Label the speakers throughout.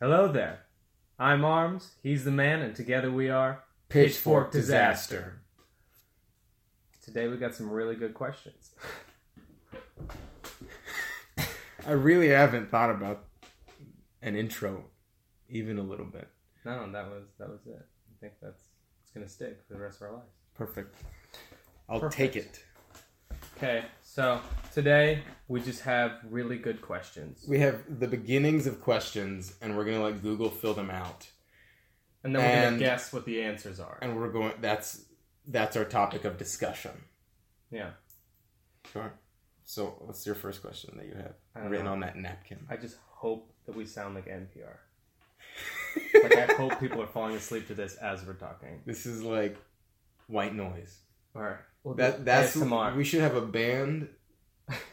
Speaker 1: Hello there. I'm Arms, he's the man, and together we are
Speaker 2: Pitchfork Disaster.
Speaker 1: Today we got some really good questions.
Speaker 2: I really haven't thought about an intro even a little bit.
Speaker 1: No, that was that was it. I think that's it's gonna stick for the rest of our lives.
Speaker 2: Perfect. I'll
Speaker 1: Perfect.
Speaker 2: take it.
Speaker 1: Okay, so today we just have really good questions.
Speaker 2: We have the beginnings of questions and we're going to let Google fill them out.
Speaker 1: And then we're gonna
Speaker 2: And-
Speaker 1: guess what the answers are.
Speaker 2: And we're going that's that's our topic of discussion.
Speaker 1: Yeah.
Speaker 2: Sure. So, what's your first question that you have
Speaker 1: I don't
Speaker 2: written
Speaker 1: know.
Speaker 2: on that napkin?
Speaker 1: I just hope that we sound like NPR. Like I hope people are falling asleep to this as we're talking.
Speaker 2: This is like white noise.
Speaker 1: Or well,
Speaker 2: That that's
Speaker 1: ASMR.
Speaker 2: we should have a band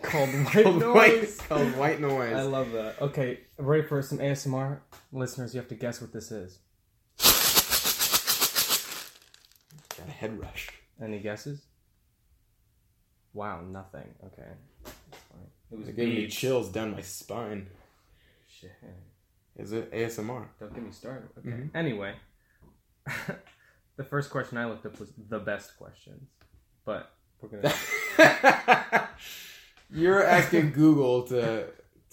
Speaker 1: called
Speaker 2: called white, called white noise.
Speaker 1: I love that. Okay, ready for some ASMR? Listeners, you have to guess what this is.
Speaker 2: Got a head rush.
Speaker 1: Any guesses? Wow, nothing. Okay. That's fine. It was
Speaker 2: It gave me
Speaker 1: beads.
Speaker 2: chills down my spine.
Speaker 1: Shit.
Speaker 2: Is it ASMR?
Speaker 1: Don't get me started. Okay.
Speaker 2: Mhm.
Speaker 1: Anyway, the first question I looked up was the best questions, but we're gonna.
Speaker 2: you're asking Google to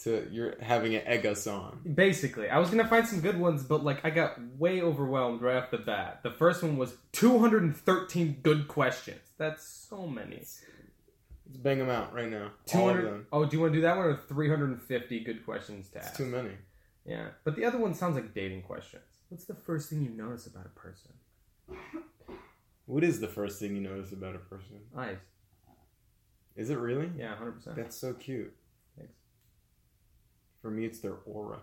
Speaker 2: to you're having an egg us on.
Speaker 1: Basically, I was gonna find some good ones, but like I got way overwhelmed right off the bat. The first one was 213 good questions. That's so many.
Speaker 2: Let's bang them out right now. All of
Speaker 1: 200.
Speaker 2: them.
Speaker 1: Oh, do you want to do that one or 350 good questions to
Speaker 2: It's
Speaker 1: ask?
Speaker 2: too many.
Speaker 1: Yeah, but the other one sounds like dating questions. What's the first thing you notice about a person?
Speaker 2: What is the first thing you notice about a person?
Speaker 1: Eyes.
Speaker 2: Is it really?
Speaker 1: Yeah, 100%.
Speaker 2: That's so cute.
Speaker 1: Thanks.
Speaker 2: For me, it's their aura.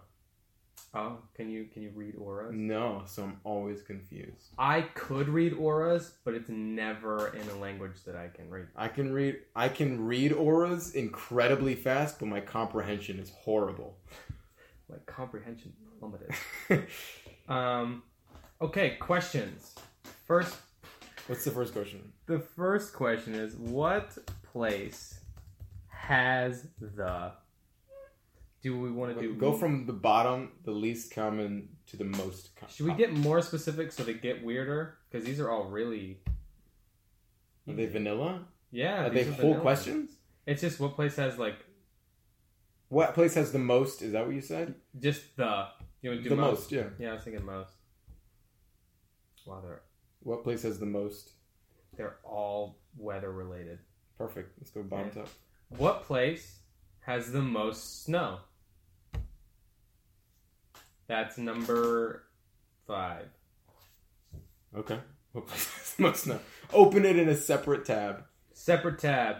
Speaker 1: Oh, can you can you read auras?
Speaker 2: No, so I'm always confused.
Speaker 1: I could read auras, but it's never in a language that I can read.
Speaker 2: I can read I can read auras incredibly fast, but my comprehension is horrible.
Speaker 1: Like comprehension plummeted. Um, okay, questions. First,
Speaker 2: What's the first question?
Speaker 1: the first question is what place has the? Do we want to do
Speaker 2: Go from the bottom, the least common, to the most common.
Speaker 1: Should we get more specific so they get weirder? Because these are all really
Speaker 2: Are they vanilla?
Speaker 1: yeah.
Speaker 2: Are they
Speaker 1: these
Speaker 2: whole
Speaker 1: vanilla.
Speaker 2: questions?
Speaker 1: It's just what place has like
Speaker 2: What place has the most? Is that what you said?
Speaker 1: just the you know do
Speaker 2: the most. yeah.
Speaker 1: Yeah, I was thinking most. Wow, they're
Speaker 2: What place has the most?
Speaker 1: they're all weather related.
Speaker 2: Perfect. Let's go bottom
Speaker 1: Yeah.
Speaker 2: up.
Speaker 1: What place has the most snow? That's number five.
Speaker 2: Okay. What place has the most? No. Open it in a separate tab.
Speaker 1: Separate tab,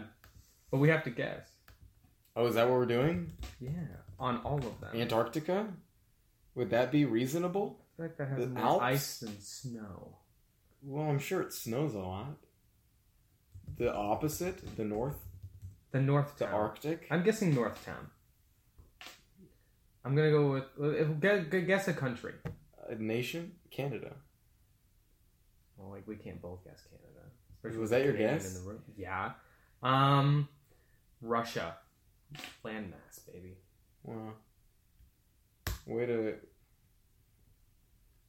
Speaker 1: but we have to guess.
Speaker 2: Oh, is that what we're doing?
Speaker 1: Yeah, on all of them.
Speaker 2: Antarctica? Would that be reasonable?
Speaker 1: I feel like that has
Speaker 2: The
Speaker 1: more
Speaker 2: Alps?
Speaker 1: ice than snow.
Speaker 2: Well, I'm sure it snows a lot. The opposite, the north,
Speaker 1: The North
Speaker 2: the
Speaker 1: Town.
Speaker 2: Arctic.
Speaker 1: I'm guessing North Town. I'm gonna go with uh, gu- gu- guess a country.
Speaker 2: A nation, Canada.
Speaker 1: Well, like we can't both guess Canada.
Speaker 2: Was that your
Speaker 1: Canadian
Speaker 2: guess?
Speaker 1: In the room. Yeah. Um, Russia, landmass, baby.
Speaker 2: Wow. Way to.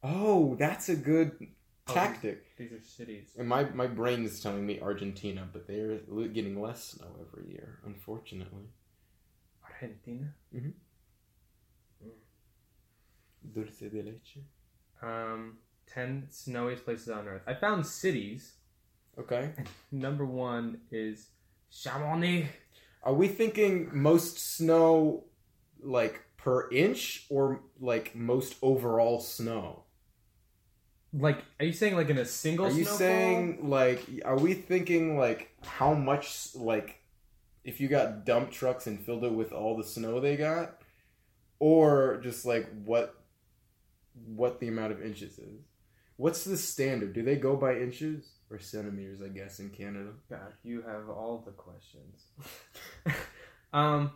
Speaker 2: Oh, that's a good
Speaker 1: Oh,
Speaker 2: tactic.
Speaker 1: These are cities.
Speaker 2: And my, my brain is telling me Argentina, but they're l- getting less snow every year, unfortunately.
Speaker 1: Argentina.
Speaker 2: Dulce de leche.
Speaker 1: Um, ten snowiest places on Earth. I found cities.
Speaker 2: Okay.
Speaker 1: Number one is Chamonix.
Speaker 2: Are we thinking most snow, like per inch, or like most overall snow?
Speaker 1: Like, are you saying like in a single?
Speaker 2: Are you
Speaker 1: snowfall?
Speaker 2: saying like? Are we thinking like how much like, if you got dump trucks and filled it with all the snow they got, or just like what, what the amount of inches is? What's the standard? Do they go by inches or centimeters? I guess in Canada.
Speaker 1: God, you have all the questions. um,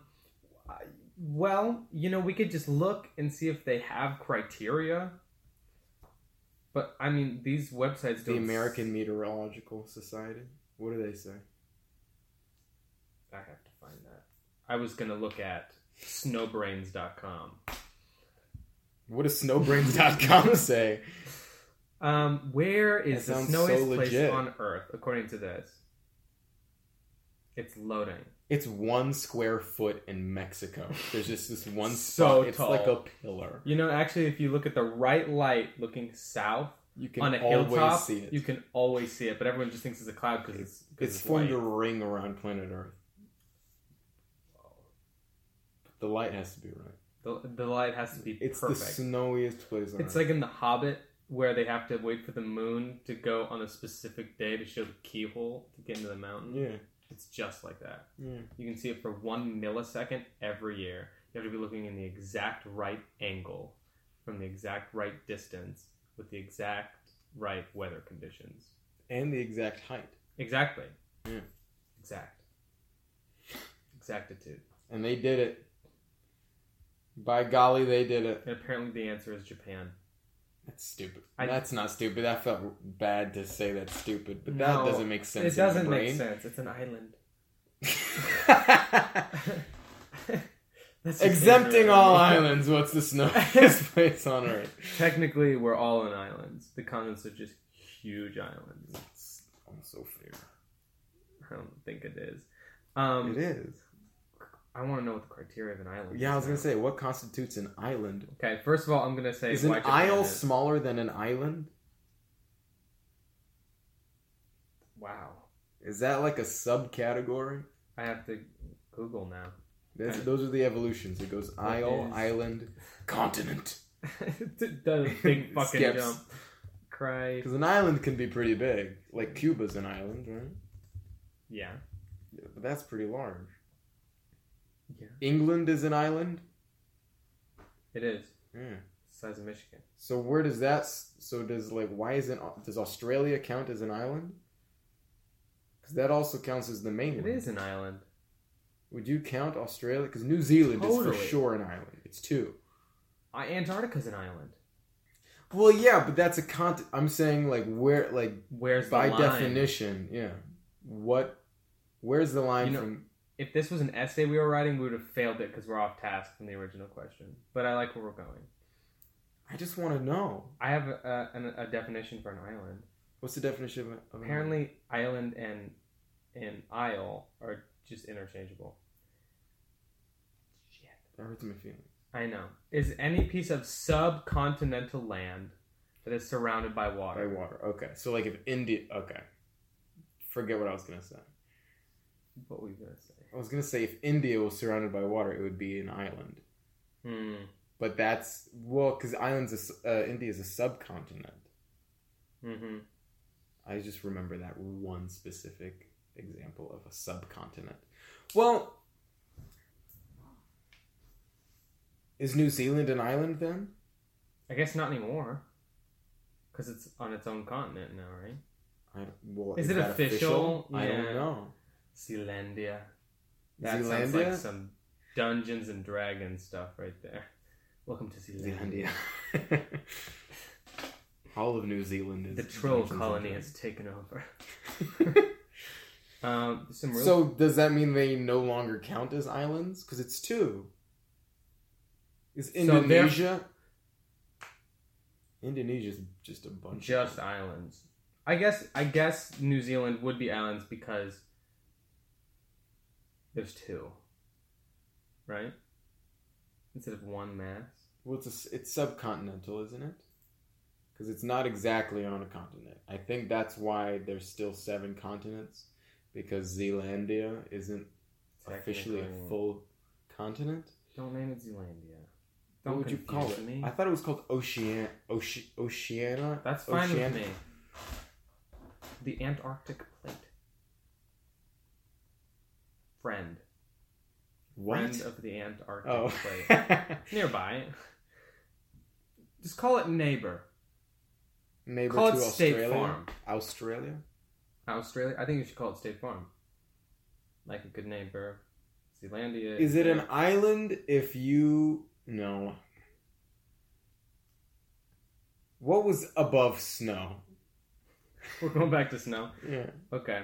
Speaker 1: I- well, you know, we could just look and see if they have criteria. But I mean, these websites
Speaker 2: The
Speaker 1: don't. s-
Speaker 2: American Meteorological Society. What do they say?
Speaker 1: I have to find that. I was gonna look at snowbrains.com.
Speaker 2: What does snowbrains.com say?
Speaker 1: Um, where is
Speaker 2: That
Speaker 1: the
Speaker 2: sounds
Speaker 1: snowiest
Speaker 2: so
Speaker 1: place
Speaker 2: legit.
Speaker 1: on Earth, according to this? It's loading.
Speaker 2: It's one square foot in Mexico. There's just this one
Speaker 1: So
Speaker 2: spot. It's
Speaker 1: tall.
Speaker 2: like a pillar.
Speaker 1: You know, actually, if you look at the right light looking south
Speaker 2: You can
Speaker 1: on a
Speaker 2: always
Speaker 1: hilltop,
Speaker 2: see it.
Speaker 1: you can always see it. But everyone just thinks it's a cloud because it's, 'cause
Speaker 2: it's formed a
Speaker 1: light.
Speaker 2: ring around planet Earth. The light has to be right.
Speaker 1: The, the light has to be
Speaker 2: It's
Speaker 1: perfect.
Speaker 2: the snowiest place on
Speaker 1: It's
Speaker 2: Earth.
Speaker 1: like in The Hobbit where they have to wait for the moon to go on a specific day to show the keyhole to get into the mountain.
Speaker 2: yeah,
Speaker 1: It's just like that.
Speaker 2: yeah.
Speaker 1: You can see it for one millisecond every year. You have to be looking in the exact right angle from the exact right distance with the exact right weather conditions.
Speaker 2: And the exact height.
Speaker 1: Exactly.
Speaker 2: Yeah.
Speaker 1: Exact. Exactitude.
Speaker 2: And they did it. By golly, they did it.
Speaker 1: And apparently the answer is Japan.
Speaker 2: That's stupid.
Speaker 1: I-
Speaker 2: That's not stupid. I felt bad to say that's stupid, but
Speaker 1: No,
Speaker 2: that doesn't make sense.
Speaker 1: it doesn't
Speaker 2: in my brain.
Speaker 1: make sense. It's an island. That's just
Speaker 2: Exempting all
Speaker 1: ignorant.
Speaker 2: islands, what's the snowiest place on earth?
Speaker 1: Technically, we're all in islands. The continents are just huge islands.
Speaker 2: It's also fair.
Speaker 1: I don't think it is. Um,
Speaker 2: It is.
Speaker 1: I want to know what the criteria of an island.
Speaker 2: Yeah, I was
Speaker 1: is
Speaker 2: gonna
Speaker 1: now.
Speaker 2: say, what constitutes an island?
Speaker 1: Okay, first of all, I'm gonna say
Speaker 2: Is an
Speaker 1: why Japan
Speaker 2: isle
Speaker 1: is-
Speaker 2: smaller than an island?
Speaker 1: Wow,
Speaker 2: Is that like a subcategory?
Speaker 1: I have to Google now.
Speaker 2: That's,
Speaker 1: Okay.
Speaker 2: Those are the evolutions. It goes isle,
Speaker 1: is-
Speaker 2: island, continent.
Speaker 1: it does a big fucking
Speaker 2: Skips.
Speaker 1: jump. Cry.
Speaker 2: Because an island can be pretty big. Like Cuba's an island, right?
Speaker 1: Yeah.
Speaker 2: Yeah, but that's pretty large.
Speaker 1: Yeah.
Speaker 2: England is an island.
Speaker 1: It is
Speaker 2: Yeah.
Speaker 1: size of Michigan.
Speaker 2: So where does that? s- So does like why isn't does Australia count as an island? Because that also counts as the
Speaker 1: It
Speaker 2: mainland.
Speaker 1: is an island.
Speaker 2: Would you count Australia? Because New Zealand is
Speaker 1: Totally.
Speaker 2: for sure an island. It's two.
Speaker 1: I, Uh, Antarctica's an island.
Speaker 2: Well, yeah, but that's a continent. I'm saying like where, like
Speaker 1: Where's
Speaker 2: by
Speaker 1: the line?
Speaker 2: definition, yeah. What? Where's the line
Speaker 1: You know-
Speaker 2: from?
Speaker 1: If this was an essay we were writing, we would have failed it because we're off task from the original question. But I like where we're going.
Speaker 2: I just want to know
Speaker 1: I have a, a, an- a definition for an island.
Speaker 2: what's the definition of, a- of an island?
Speaker 1: Apparently, island and and isle are just interchangeable. Shit.
Speaker 2: That hurts my feelings.
Speaker 1: I know. Is any piece of subcontinental land that is surrounded by
Speaker 2: By
Speaker 1: water?
Speaker 2: water. Okay. So like if India okay. Forget what I was gonna say.
Speaker 1: What were you gonna say?
Speaker 2: I was gonna say if India was surrounded by water, it would be an island.
Speaker 1: Hmm.
Speaker 2: But that's well, because islands, is, uh, India is a subcontinent.
Speaker 1: Mm-hmm.
Speaker 2: I just remember that one specific example of a subcontinent. Well, is New Zealand an island then?
Speaker 1: I guess not anymore. Because it's on its own continent now, right?
Speaker 2: I, well,
Speaker 1: Is it
Speaker 2: that
Speaker 1: official?
Speaker 2: I
Speaker 1: Yeah.
Speaker 2: don't know.
Speaker 1: Zealandia. That sounds like some Dungeons and Dragons stuff right there. Welcome to Zealandia.
Speaker 2: Zealandia. All of New Zealand is
Speaker 1: The troll
Speaker 2: Dungeons and
Speaker 1: colony
Speaker 2: Dragons.
Speaker 1: has taken over. Um, some real
Speaker 2: so does that mean they no longer count as islands? Because it's two. Is
Speaker 1: So they're-
Speaker 2: Indonesia? Indonesia's just a bunch.
Speaker 1: just
Speaker 2: of
Speaker 1: islands. I guess I guess New Zealand would be islands because there's two, right? Instead of one mass.
Speaker 2: well, it's a s it's subcontinental, isn't it? Because it's not exactly on a continent. I think that's why there's still seven continents, because Zealandia isn't officially a
Speaker 1: Technically.
Speaker 2: full continent.
Speaker 1: Don't name it Zealandia.
Speaker 2: What
Speaker 1: Don't
Speaker 2: would you call it?
Speaker 1: Me.
Speaker 2: I thought it was called Ocean, Oce- Oceania.
Speaker 1: That's fine
Speaker 2: Ocean-
Speaker 1: with me. The Antarctic plate. Friend. Friend
Speaker 2: What?
Speaker 1: of the Antarctic plate.
Speaker 2: Oh.
Speaker 1: Nearby. Just call it neighbor.
Speaker 2: Neighbor
Speaker 1: Call it
Speaker 2: to
Speaker 1: State
Speaker 2: Australia.
Speaker 1: Farm.
Speaker 2: Australia.
Speaker 1: Australia. I think you should call it State Farm. Like a good neighbor. Zealandia.
Speaker 2: Is it an island if you no? What was above snow?
Speaker 1: We're going back to snow.
Speaker 2: Yeah.
Speaker 1: Okay.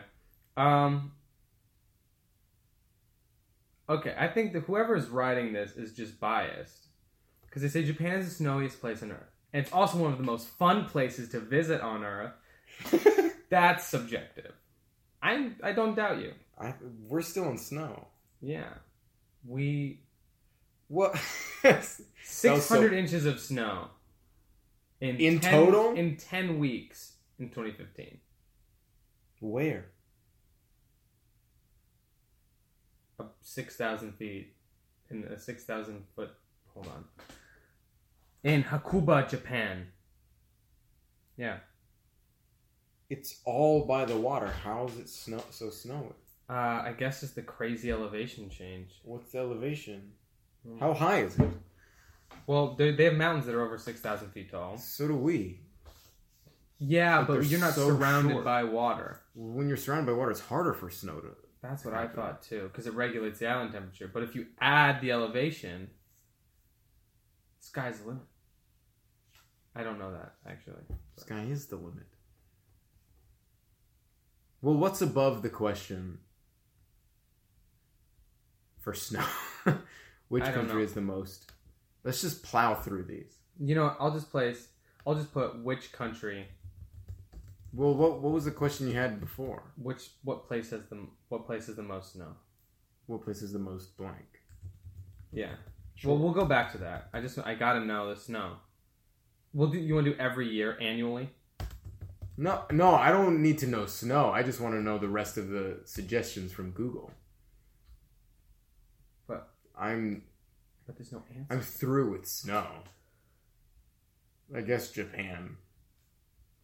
Speaker 1: Um. Okay, I think that whoever is writing this is just biased because they say Japan is the snowiest place on Earth, and it's also one of the most fun places to visit on Earth. That's subjective. I I don't doubt you.
Speaker 2: I, we're still in snow.
Speaker 1: Yeah, we
Speaker 2: What?
Speaker 1: six hundred
Speaker 2: so-
Speaker 1: inches of snow in
Speaker 2: In
Speaker 1: 10
Speaker 2: total?
Speaker 1: in ten weeks in 2015.
Speaker 2: Where?
Speaker 1: Up six thousand feet in a six thousand foot. Hold on. In Hakuba, Japan. Yeah.
Speaker 2: It's all by the water. How is it snow so snowy?
Speaker 1: Uh, I guess it's the crazy elevation change.
Speaker 2: What's the elevation? How high is it?
Speaker 1: Well, they they have mountains that are over six thousand feet tall.
Speaker 2: So do we.
Speaker 1: Yeah,
Speaker 2: But
Speaker 1: but,
Speaker 2: they're
Speaker 1: you're not
Speaker 2: so
Speaker 1: surrounded
Speaker 2: short.
Speaker 1: by water.
Speaker 2: When you're surrounded by water, it's harder for snow to.
Speaker 1: That's what I thought too, because it regulates the island temperature. But if you add the elevation, sky's the limit. I don't know that actually.
Speaker 2: Sky is the limit. Well, what's above the question for snow? Which
Speaker 1: I don't
Speaker 2: country
Speaker 1: know.
Speaker 2: is the most? Let's just plow through these.
Speaker 1: You know, I'll just place. I'll just put which country,
Speaker 2: Well, what what was the question you had before?
Speaker 1: which what place has the what place has the most snow?
Speaker 2: What place is the most blank?
Speaker 1: Yeah. Well, we'll go back to that. I just I gotta know the snow. We'll do. You want to do every year annually?
Speaker 2: No, no, I don't need to know snow. I just want to know the rest of the suggestions from Google.
Speaker 1: But-
Speaker 2: I'm
Speaker 1: But there's no answer.
Speaker 2: I'm through with snow. I guess Japan.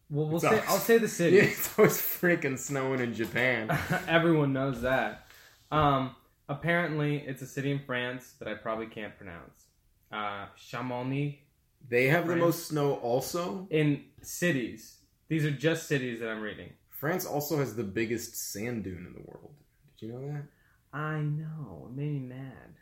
Speaker 1: Well, we'll
Speaker 2: It's
Speaker 1: say
Speaker 2: always-
Speaker 1: I'll say the
Speaker 2: Yeah,
Speaker 1: city.
Speaker 2: it's always freaking snowing in Japan.
Speaker 1: Everyone knows that. Um, apparently, it's a city in France that I probably can't pronounce. Uh, Chamonix
Speaker 2: They have the
Speaker 1: France.
Speaker 2: most snow also.
Speaker 1: in cities. These are just cities that I'm reading.
Speaker 2: France also has the biggest sand dune in the world. Did you know that?
Speaker 1: I know. It made me mad.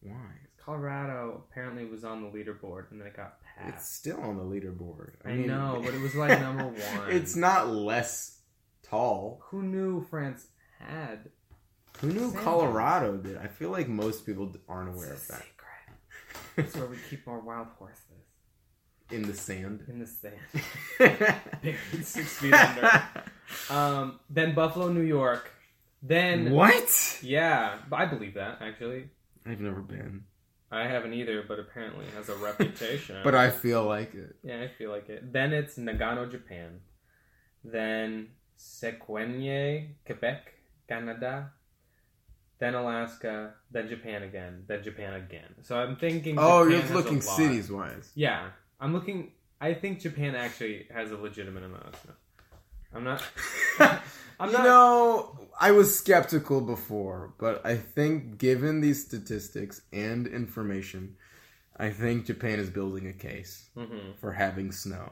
Speaker 2: Why?
Speaker 1: Colorado apparently was on the leaderboard and then it got passed.
Speaker 2: It's still on the leaderboard.
Speaker 1: I know, but it was like number one.
Speaker 2: It's not less tall.
Speaker 1: Who knew France had?
Speaker 2: Who knew
Speaker 1: Sand.
Speaker 2: Colorado did? I feel like most people d- aren't aware
Speaker 1: It's
Speaker 2: of
Speaker 1: a
Speaker 2: that.
Speaker 1: secret. It's where we keep our wild horses
Speaker 2: in the sand.
Speaker 1: in the sand.
Speaker 2: Buried
Speaker 1: Buried six feet under. Um, then Buffalo, New York. Then
Speaker 2: What?
Speaker 1: Yeah, but I believe that actually.
Speaker 2: I've never been,
Speaker 1: I haven't either, but apparently it has a reputation.
Speaker 2: but I feel like it.
Speaker 1: yeah, I feel like it. Then it's Nagano, Japan. Then Sequenye, Quebec, Canada. Then Alaska. Then Japan again. Then Japan again. So I'm thinking.
Speaker 2: Oh,
Speaker 1: Japan
Speaker 2: you're
Speaker 1: has a
Speaker 2: looking
Speaker 1: lot.
Speaker 2: cities wise.
Speaker 1: Yeah, I'm looking. I think Japan actually has a legitimate amount of snow. I'm not. I'm
Speaker 2: you
Speaker 1: not.
Speaker 2: know, I was skeptical before, but I think given these statistics and information, I think Japan is building a case
Speaker 1: hmm
Speaker 2: for having snow.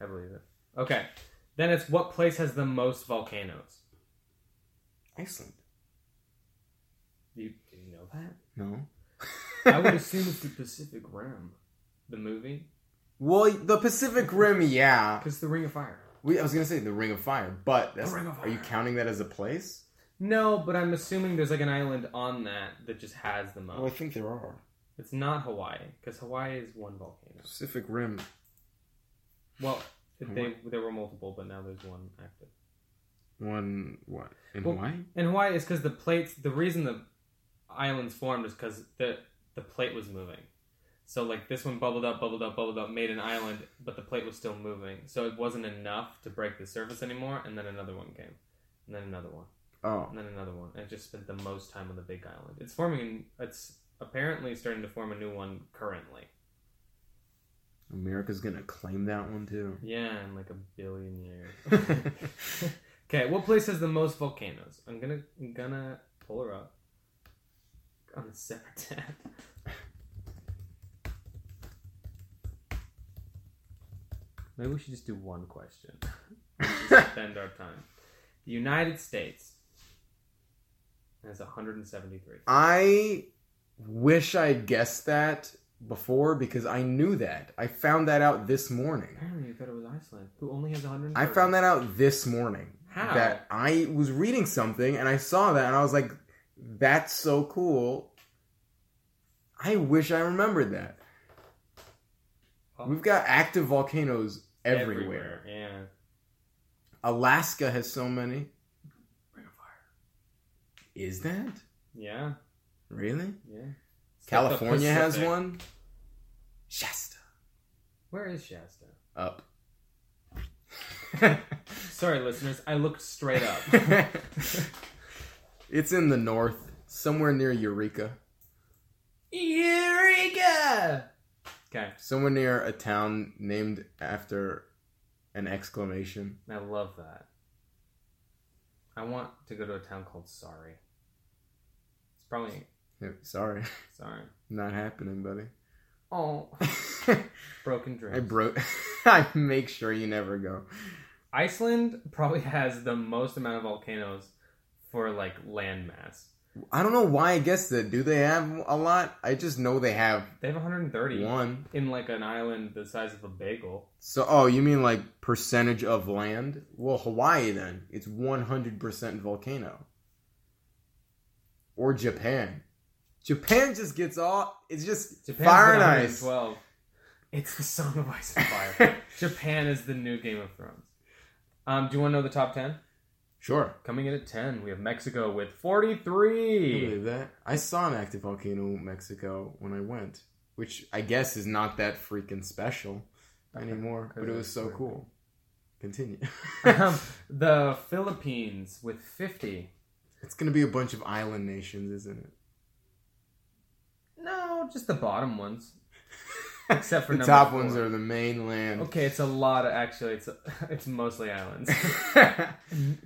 Speaker 1: I believe it. Okay. Then it's what place has the most volcanoes?
Speaker 2: Iceland.
Speaker 1: Do you, do you know that?
Speaker 2: No.
Speaker 1: I would assume it's the Pacific Rim, the movie,
Speaker 2: well, the Pacific Rim, yeah.
Speaker 1: because the Ring of Fire.
Speaker 2: We, I was gonna say the Ring of Fire, but that's,
Speaker 1: Ring of
Speaker 2: are you
Speaker 1: Fire.
Speaker 2: counting that as a place?
Speaker 1: No, but I'm assuming there's like an island on that that just has the
Speaker 2: Oh, I
Speaker 1: most.
Speaker 2: think there are
Speaker 1: It's not Hawaii, because Hawaii is one volcano.
Speaker 2: Pacific Rim.
Speaker 1: Well, they, there were multiple, but now there's one active.
Speaker 2: One what in
Speaker 1: Well-
Speaker 2: Hawaii?
Speaker 1: And Hawaii is because the plates. The reason the islands formed is because the the plate was moving. So like this one bubbled up, bubbled up, bubbled up, made an island, but the plate was still moving. So it wasn't enough to break the surface anymore. And then another one came, and then another one,
Speaker 2: Oh,
Speaker 1: and then another one. And it just spent the most time on the Big Island. It's forming. It's apparently starting to form a new one currently.
Speaker 2: America's gonna claim that one too.
Speaker 1: Yeah, in like a billion years. okay, what place has the most volcanoes? I'm gonna I'm gonna pull her up on a separate tab. Maybe we should just do one question. Spend our time. The United States has 173.
Speaker 2: I wish I had guessed that before because I knew that. I found that out this morning.
Speaker 1: Apparently, you thought it was Iceland, who only has 100.
Speaker 2: I found that out this morning.
Speaker 1: How?
Speaker 2: That I was reading something and I saw that and I was like, that's so cool. I wish I remembered that. We've got active volcanoes everywhere.
Speaker 1: Oh, Yeah.
Speaker 2: Alaska has so many.
Speaker 1: Ring of fire.
Speaker 2: Is that
Speaker 1: Yeah.
Speaker 2: really?
Speaker 1: Yeah. It's like the
Speaker 2: California has
Speaker 1: Pacific.
Speaker 2: one. Shasta
Speaker 1: Where is Shasta?
Speaker 2: up.
Speaker 1: Sorry, listeners. I looked straight up.
Speaker 2: it's in the north, somewhere near Eureka,
Speaker 1: Eureka! Okay.
Speaker 2: somewhere near a town named after an exclamation.
Speaker 1: I love that. I want to go to a town called Sorry. It's probably
Speaker 2: Yeah, Sorry,
Speaker 1: Sorry.
Speaker 2: not happening, buddy.
Speaker 1: Oh, broken
Speaker 2: I
Speaker 1: dreams.
Speaker 2: broke. I make sure you never go.
Speaker 1: Iceland probably has the most amount of volcanoes for like landmass.
Speaker 2: I don't know why I guess that. Do they have a lot? I just know they have
Speaker 1: They have 130
Speaker 2: one.
Speaker 1: in like an island the size of a bagel.
Speaker 2: So, oh, you mean like percentage of land? Well, Hawaii then. It's 100% volcano. Or Japan. Japan just gets all. It's just
Speaker 1: Japan's
Speaker 2: fire and
Speaker 1: got
Speaker 2: ice.
Speaker 1: 112. It's the Song of Ice and Fire. Japan is the new Game of Thrones. Um, do you want to know the top 10?
Speaker 2: Sure.
Speaker 1: Coming in at 10, we have Mexico with
Speaker 2: I can
Speaker 1: 43.
Speaker 2: believe that. I saw an active volcano in Mexico when I went, which I guess is not that freaking special anymore, but it was so cool. Continue.
Speaker 1: Um, the Philippines with 50.
Speaker 2: it's going to be a bunch of island nations, isn't it?
Speaker 1: No, just the bottom ones. Except for
Speaker 2: the
Speaker 1: number
Speaker 2: top
Speaker 1: four.
Speaker 2: ones are the mainland.
Speaker 1: Okay, it's a lot of actually. It's it's mostly islands.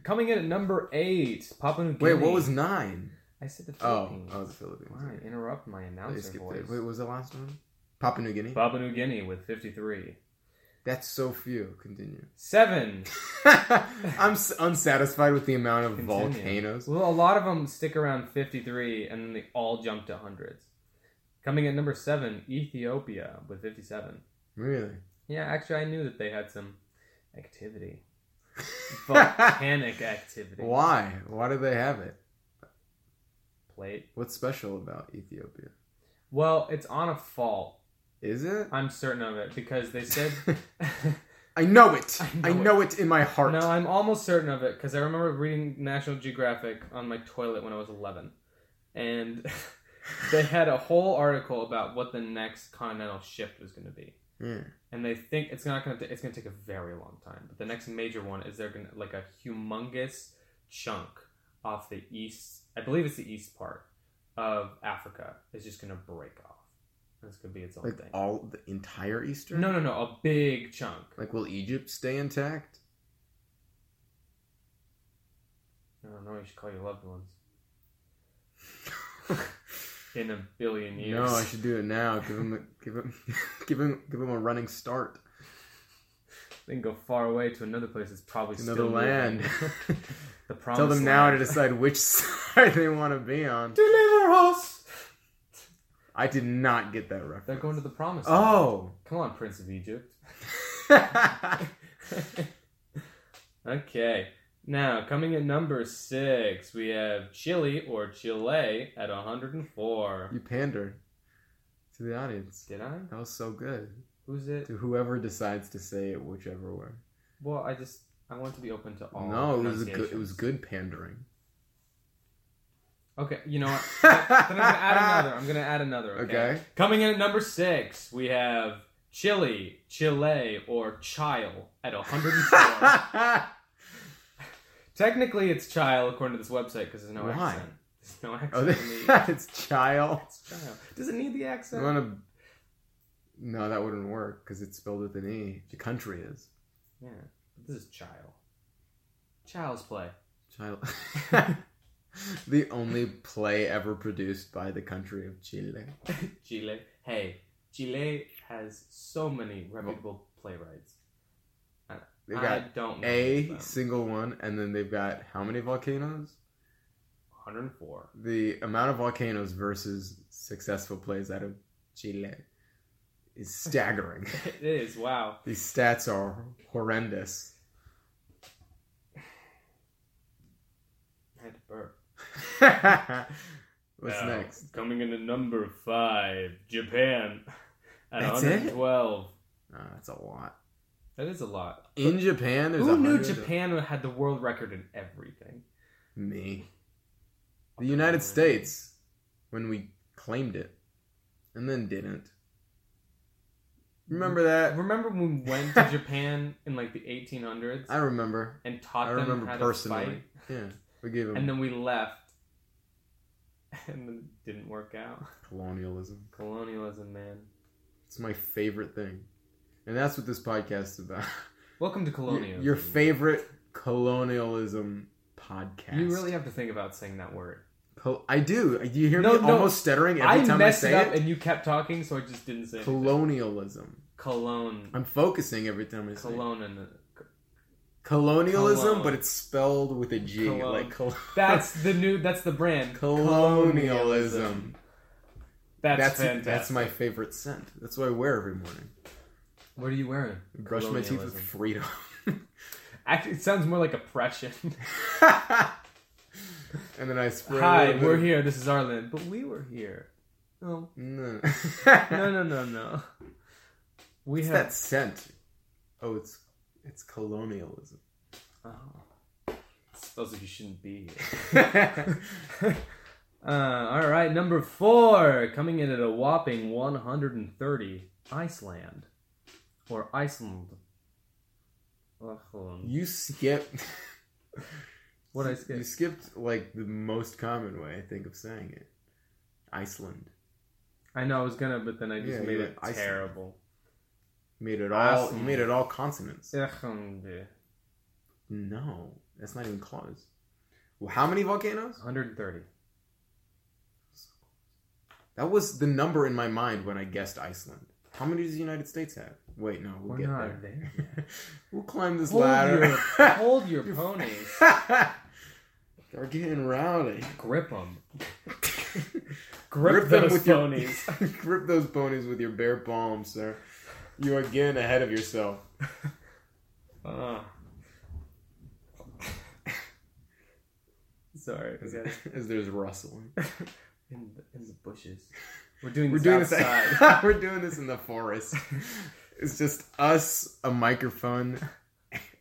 Speaker 1: Coming in at number eight, Papua New Guinea.
Speaker 2: Wait, what was nine?
Speaker 1: I said the
Speaker 2: Oh,
Speaker 1: Philippines.
Speaker 2: oh, the Philippines.
Speaker 1: Why interrupt my
Speaker 2: I
Speaker 1: announcer
Speaker 2: skipped
Speaker 1: voice?
Speaker 2: it. Wait, what was the last one? Papua New Guinea.
Speaker 1: Papua New Guinea with fifty three.
Speaker 2: That's so few. Continue.
Speaker 1: Seven.
Speaker 2: I'm s- unsatisfied with the amount of
Speaker 1: Continue.
Speaker 2: volcanoes.
Speaker 1: Well, a lot of them stick around fifty three, and then they all jump to hundreds. Coming at number seven, Ethiopia with fifty seven.
Speaker 2: Really?
Speaker 1: Yeah, actually, I knew that they had some activity, volcanic activity.
Speaker 2: Why? Why do they have it?
Speaker 1: Plate.
Speaker 2: What's special about Ethiopia?
Speaker 1: Well, it's on a fault.
Speaker 2: Is it?
Speaker 1: I'm certain of it because they said.
Speaker 2: I know it.
Speaker 1: I know
Speaker 2: I know it, in my heart.
Speaker 1: no, I'm almost certain of it because I remember reading National Geographic on my toilet when I was 11, and they had a whole article about what the next continental shift was going to be.
Speaker 2: Yeah.
Speaker 1: And they think it's not going to. It's going to take a very long time. But the next major one is they're going to like a humongous chunk off the east. I believe it's the east part of Africa is just going to break off. It's going to be its own
Speaker 2: Like
Speaker 1: thing.
Speaker 2: all the entire Eastern.
Speaker 1: No, no, no, a big chunk.
Speaker 2: Like, will Egypt stay intact?
Speaker 1: I don't know. You should call your loved ones in a billion
Speaker 2: No,
Speaker 1: years.
Speaker 2: I should do it now. Give him, a, give him, give him, give him a running start.
Speaker 1: Then go far away to another place that's probably
Speaker 2: Another
Speaker 1: still
Speaker 2: land.
Speaker 1: moving. the promised
Speaker 2: Tell them now to
Speaker 1: land.
Speaker 2: decide which side they want to be on.
Speaker 1: deliver us.
Speaker 2: I did not get that reference.
Speaker 1: They're going to the promised. land.
Speaker 2: Oh.
Speaker 1: come on, Prince of Egypt. okay. Now, coming at number six, we have Chile or Chile at 104.
Speaker 2: you pander to the audience.
Speaker 1: Did I?
Speaker 2: That was so good.
Speaker 1: Who's it?
Speaker 2: To whoever decides to say it, whichever way.
Speaker 1: Well, I just I want to be open to all.
Speaker 2: no, it was a good. It
Speaker 1: pronunciations.
Speaker 2: was good pandering.
Speaker 1: Okay, you know what? then I'm gonna add another. I'm gonna add another. Okay?
Speaker 2: Okay.
Speaker 1: Coming in at number six, we have Chile, Chile, or Chile at 104. Technically, it's Chile according to this website because there's no
Speaker 2: Why?
Speaker 1: accent. There's no accent.
Speaker 2: oh,
Speaker 1: in the-
Speaker 2: it's child.
Speaker 1: it's Chile. Does it need the
Speaker 2: I
Speaker 1: accent?
Speaker 2: want to. No, that wouldn't work because it's spelled with an e. The country is
Speaker 1: Yeah, but this is Chile. Child's play.
Speaker 2: child. the only play ever produced by the country of Chile.
Speaker 1: Chile. Hey, Chile has so many reputable playwrights.
Speaker 2: They
Speaker 1: I
Speaker 2: got
Speaker 1: don't know
Speaker 2: a
Speaker 1: them.
Speaker 2: single one, and then they've got how many volcanoes?
Speaker 1: 104.
Speaker 2: The amount of volcanoes versus successful plays out of Chile is staggering.
Speaker 1: it is. Wow.
Speaker 2: These stats are horrendous.
Speaker 1: I had to burp.
Speaker 2: What's
Speaker 1: Now,
Speaker 2: next?
Speaker 1: Coming in at number five, Japan. At
Speaker 2: That's it?
Speaker 1: 112.
Speaker 2: Uh, that's a lot.
Speaker 1: That is a lot.
Speaker 2: In Japan, there's
Speaker 1: Who knew
Speaker 2: 100
Speaker 1: Japan had the world record in everything?
Speaker 2: Me. The United States, when we claimed it, and then didn't. Remember that?
Speaker 1: Remember when we went to Japan in like the 1800s
Speaker 2: I remember.
Speaker 1: and taught
Speaker 2: I
Speaker 1: them
Speaker 2: remember
Speaker 1: how
Speaker 2: personally.
Speaker 1: to fight,
Speaker 2: Yeah, we gave
Speaker 1: and
Speaker 2: them
Speaker 1: then we left, and then it didn't work out.
Speaker 2: colonialism.
Speaker 1: Colonialism, man.
Speaker 2: It's my favorite thing, and that's what this podcast is about.
Speaker 1: Welcome to
Speaker 2: Your-
Speaker 1: colonialism.
Speaker 2: Your favorite colonialism podcast.
Speaker 1: You really have to think about saying that word.
Speaker 2: Col- I do. Do you hear
Speaker 1: No,
Speaker 2: me
Speaker 1: no.
Speaker 2: almost stuttering every
Speaker 1: I
Speaker 2: time I
Speaker 1: messed
Speaker 2: say
Speaker 1: it up,
Speaker 2: it?
Speaker 1: and you kept talking, so I just didn't say. anything.
Speaker 2: Colonialism.
Speaker 1: Cologne.
Speaker 2: I'm focusing every time I say it.
Speaker 1: Cologne. And
Speaker 2: colonialism,
Speaker 1: Cologne.
Speaker 2: but it's spelled with a G,
Speaker 1: Cologne.
Speaker 2: like col-
Speaker 1: that's the new. That's the brand.
Speaker 2: colonialism.
Speaker 1: That's,
Speaker 2: That's
Speaker 1: fantastic.
Speaker 2: that's my favorite scent. That's what I wear every morning.
Speaker 1: What are you wearing?
Speaker 2: I brush my teeth with
Speaker 1: Colonialism.
Speaker 2: freedom.
Speaker 1: Actually, it sounds more like oppression.
Speaker 2: and then I spray. a
Speaker 1: Hi,
Speaker 2: little bit
Speaker 1: we're
Speaker 2: of-
Speaker 1: here. This is our land, but we were here. No,
Speaker 2: No,
Speaker 1: no, no, no, no. We
Speaker 2: It's
Speaker 1: have.
Speaker 2: that scent. Oh, it's it's colonialism.
Speaker 1: Oh. Suppose if you shouldn't be here.
Speaker 2: That's
Speaker 1: Uh, all right, number four, coming in at a whopping 130, Iceland. Or Iceland. Ugh, hold on.
Speaker 2: you skipped.
Speaker 1: What I
Speaker 2: You
Speaker 1: skip?
Speaker 2: skipped like the most common way I think of saying it. Iceland
Speaker 1: I know I was gonna, but then I just
Speaker 2: Yeah,
Speaker 1: made
Speaker 2: you
Speaker 1: it
Speaker 2: went Iceland.
Speaker 1: terrible.
Speaker 2: made it all. You
Speaker 1: Iceland.
Speaker 2: made it all consonants.
Speaker 1: Iceland.
Speaker 2: No, that's not even close. Well, how many volcanoes?
Speaker 1: 130.
Speaker 2: That was the number in my mind when I guessed Iceland. How many does the United States have? Wait, no, we'll
Speaker 1: We're
Speaker 2: get
Speaker 1: not
Speaker 2: there. we'll climb this
Speaker 1: Hold
Speaker 2: ladder.
Speaker 1: your, hold your
Speaker 2: You're-
Speaker 1: ponies.
Speaker 2: They're getting rowdy.
Speaker 1: Grip them. Grip,
Speaker 2: Grip them
Speaker 1: those
Speaker 2: with
Speaker 1: ponies.
Speaker 2: your grip those ponies with your bare palms, sir. You are getting ahead of yourself.
Speaker 1: Ah. Sorry. we
Speaker 2: As,
Speaker 1: gotta-
Speaker 2: as there's rustling,
Speaker 1: in the, in the bushes. We're doing
Speaker 2: we're
Speaker 1: this
Speaker 2: doing this.
Speaker 1: outside.
Speaker 2: we're doing this in the forest. It's just us, a microphone,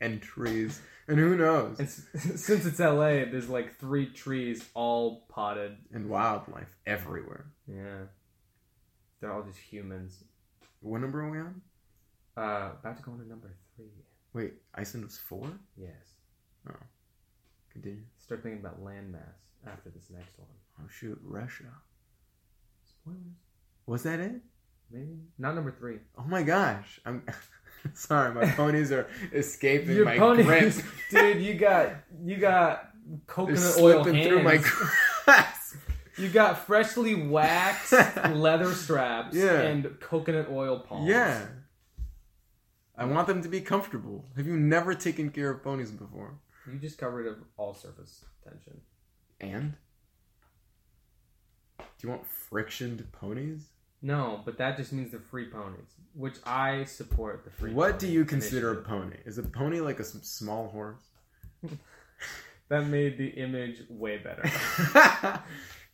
Speaker 2: and trees, and who knows,
Speaker 1: and s- since it's LA, there's like three trees all potted.
Speaker 2: and wildlife everywhere.
Speaker 1: Yeah, they're all just humans.
Speaker 2: What number are we on?
Speaker 1: Uh, about to go into number three.
Speaker 2: Wait, Iceland was four.
Speaker 1: Yes,
Speaker 2: Continue.
Speaker 1: start thinking about landmass after this next one.
Speaker 2: Oh shoot, Russia.
Speaker 1: Spoilers,
Speaker 2: Was that it?
Speaker 1: maybe not number three.
Speaker 2: Oh my gosh, I'm sorry. My ponies are escaping my grip.
Speaker 1: dude. You got you got
Speaker 2: They're
Speaker 1: coconut oil
Speaker 2: slipping
Speaker 1: hands.
Speaker 2: through my grasp.
Speaker 1: You got freshly waxed leather straps
Speaker 2: Yeah.
Speaker 1: and coconut oil palms.
Speaker 2: Yeah. I want them to be comfortable. Have you never taken care of ponies before?
Speaker 1: You just got rid of all surface tension.
Speaker 2: And? Do you want frictioned ponies?
Speaker 1: No, but that just means the free ponies, which I support the free.
Speaker 2: what do
Speaker 1: pony
Speaker 2: you consider a
Speaker 1: initiative.
Speaker 2: pony? Is a pony like a s- small horse?
Speaker 1: That made the image way better.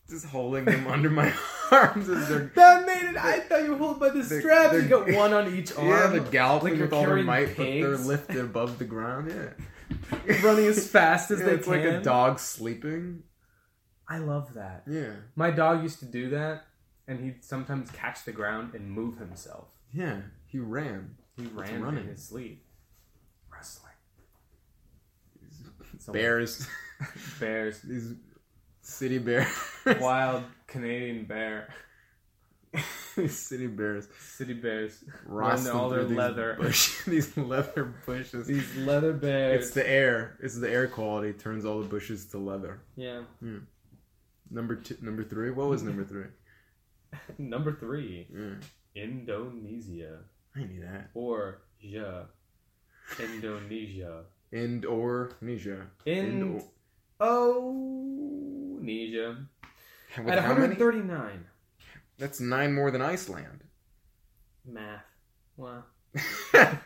Speaker 2: Just holding them under my arms as they're.
Speaker 1: that made it. I thought you hold by the
Speaker 2: They're-
Speaker 1: straps. You
Speaker 2: they're-
Speaker 1: got one on each arm.
Speaker 2: Yeah, they're galloping
Speaker 1: Like you're
Speaker 2: with all their
Speaker 1: carrying
Speaker 2: might, but they're
Speaker 1: pigs.
Speaker 2: lifted above the ground. Yeah,
Speaker 1: running as fast as
Speaker 2: Yeah,
Speaker 1: they
Speaker 2: it's
Speaker 1: can.
Speaker 2: like a dog sleeping.
Speaker 1: I love that.
Speaker 2: Yeah,
Speaker 1: My dog used to do that, and he'd sometimes catch the ground and move himself.
Speaker 2: yeah. He ran.
Speaker 1: He ran
Speaker 2: running.
Speaker 1: in his sleep. Wrestling. Some
Speaker 2: Bears.
Speaker 1: Bears.
Speaker 2: These city bears.
Speaker 1: Wild Canadian bear.
Speaker 2: These city bears.
Speaker 1: City bears.
Speaker 2: Rustling
Speaker 1: all their
Speaker 2: through these
Speaker 1: leather.
Speaker 2: Bush, these leather bushes.
Speaker 1: These leather bears.
Speaker 2: It's the air. It's the air quality turns all the bushes to leather.
Speaker 1: yeah.
Speaker 2: Number two, number three. What was number three?
Speaker 1: Number three,
Speaker 2: Yeah,
Speaker 1: Indonesia
Speaker 2: I knew that.
Speaker 1: or ja, Indonesia,
Speaker 2: And or Nisha.
Speaker 1: Ind- oh, Indonesia
Speaker 2: With
Speaker 1: at
Speaker 2: how many?
Speaker 1: 139.
Speaker 2: That's nine more than Iceland.
Speaker 1: Math. Wow.
Speaker 2: I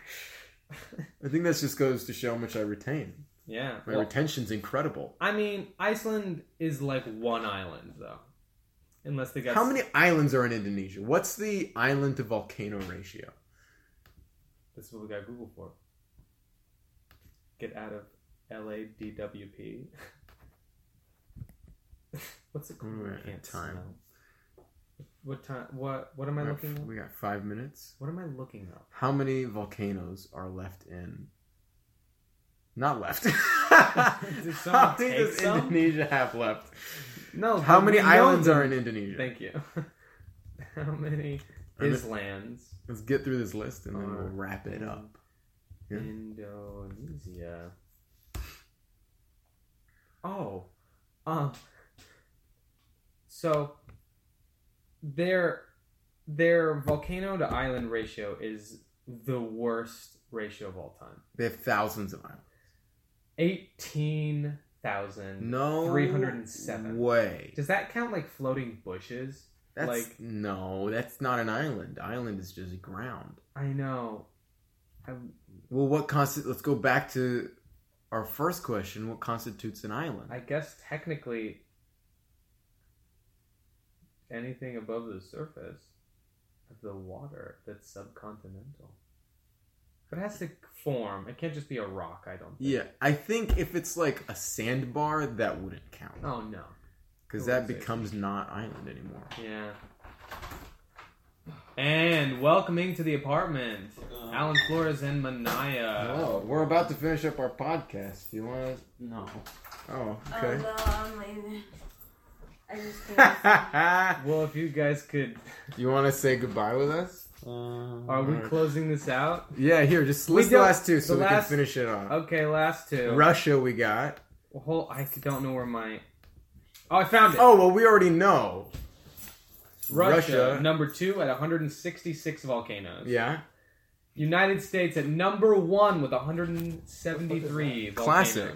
Speaker 2: think that just goes to show how much I retain.
Speaker 1: Yeah.
Speaker 2: My
Speaker 1: Well,
Speaker 2: retention's incredible.
Speaker 1: I mean, Iceland is like one island though, unless they got
Speaker 2: How many islands are in Indonesia? What's the island to volcano ratio?
Speaker 1: This is what we got Google for. Get out of LADWP. What's it called?
Speaker 2: We're at
Speaker 1: Can't
Speaker 2: time.
Speaker 1: smell. What time? What? What am I
Speaker 2: We're-
Speaker 1: looking? up?
Speaker 2: we got five minutes.
Speaker 1: What am I looking up?
Speaker 2: How many volcanoes are left in? Not left.
Speaker 1: Did
Speaker 2: How
Speaker 1: someone
Speaker 2: many
Speaker 1: take
Speaker 2: does
Speaker 1: some?
Speaker 2: Indonesia have left?
Speaker 1: No.
Speaker 2: How
Speaker 1: but
Speaker 2: many
Speaker 1: we know
Speaker 2: islands
Speaker 1: them.
Speaker 2: are in Indonesia?
Speaker 1: Thank you. How many
Speaker 2: And it-
Speaker 1: islands?
Speaker 2: Let's get through this list and then
Speaker 1: Are
Speaker 2: we'll wrap it
Speaker 1: in
Speaker 2: up. Yeah.
Speaker 1: Indonesia. Oh, um. So their their volcano to island ratio is the worst ratio of all time.
Speaker 2: They have thousands of islands.
Speaker 1: Eighteen thousand.
Speaker 2: No
Speaker 1: 307.
Speaker 2: way.
Speaker 1: Does that count like floating bushes?
Speaker 2: That's
Speaker 1: like-
Speaker 2: no, that's not an island. Island is just ground.
Speaker 1: I know. I,
Speaker 2: Well, what constitutes? Let's go back to our first question. What constitutes an island?
Speaker 1: I guess technically anything above the surface of the water that's subcontinental. But it has to form. It can't just be a rock, I don't think.
Speaker 2: yeah, I think if it's like a sandbar, that wouldn't count.
Speaker 1: Oh no.
Speaker 2: Because
Speaker 1: Who
Speaker 2: that
Speaker 1: is it?
Speaker 2: becomes not island anymore.
Speaker 1: Yeah. And welcoming to the apartment, Alan Flores and Manaya.
Speaker 2: Oh, we're about to finish up our podcast. You want to? No. Oh, okay.
Speaker 3: Oh no, I'm leaving. I just can't.
Speaker 1: Well, if you guys could,
Speaker 2: you want to say goodbye with us?
Speaker 1: are we closing this out?
Speaker 2: Yeah, here, just list the
Speaker 1: don't-
Speaker 2: last two so
Speaker 1: the
Speaker 2: we
Speaker 1: last-
Speaker 2: can finish it off.
Speaker 1: Okay, last two.
Speaker 2: Russia, we got.
Speaker 1: Well, I don't know where my. Oh, I found it.
Speaker 2: Oh, well, we already know.
Speaker 1: Russia,
Speaker 2: Russia.
Speaker 1: number two at 166 volcanoes.
Speaker 2: Yeah.
Speaker 1: United States at number one with 173 volcanoes.
Speaker 2: Classic.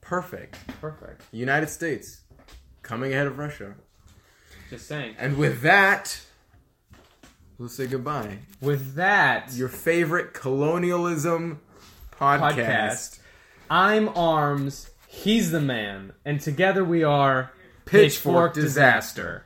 Speaker 2: Perfect.
Speaker 1: Perfect.
Speaker 2: United States coming ahead of Russia.
Speaker 1: Just saying.
Speaker 2: And with that, we'll say goodbye.
Speaker 1: With that,
Speaker 2: Your favorite colonialism podcast.
Speaker 1: Podcast. I'm Arms. He's the man. And together we are
Speaker 2: Pitchfork disaster.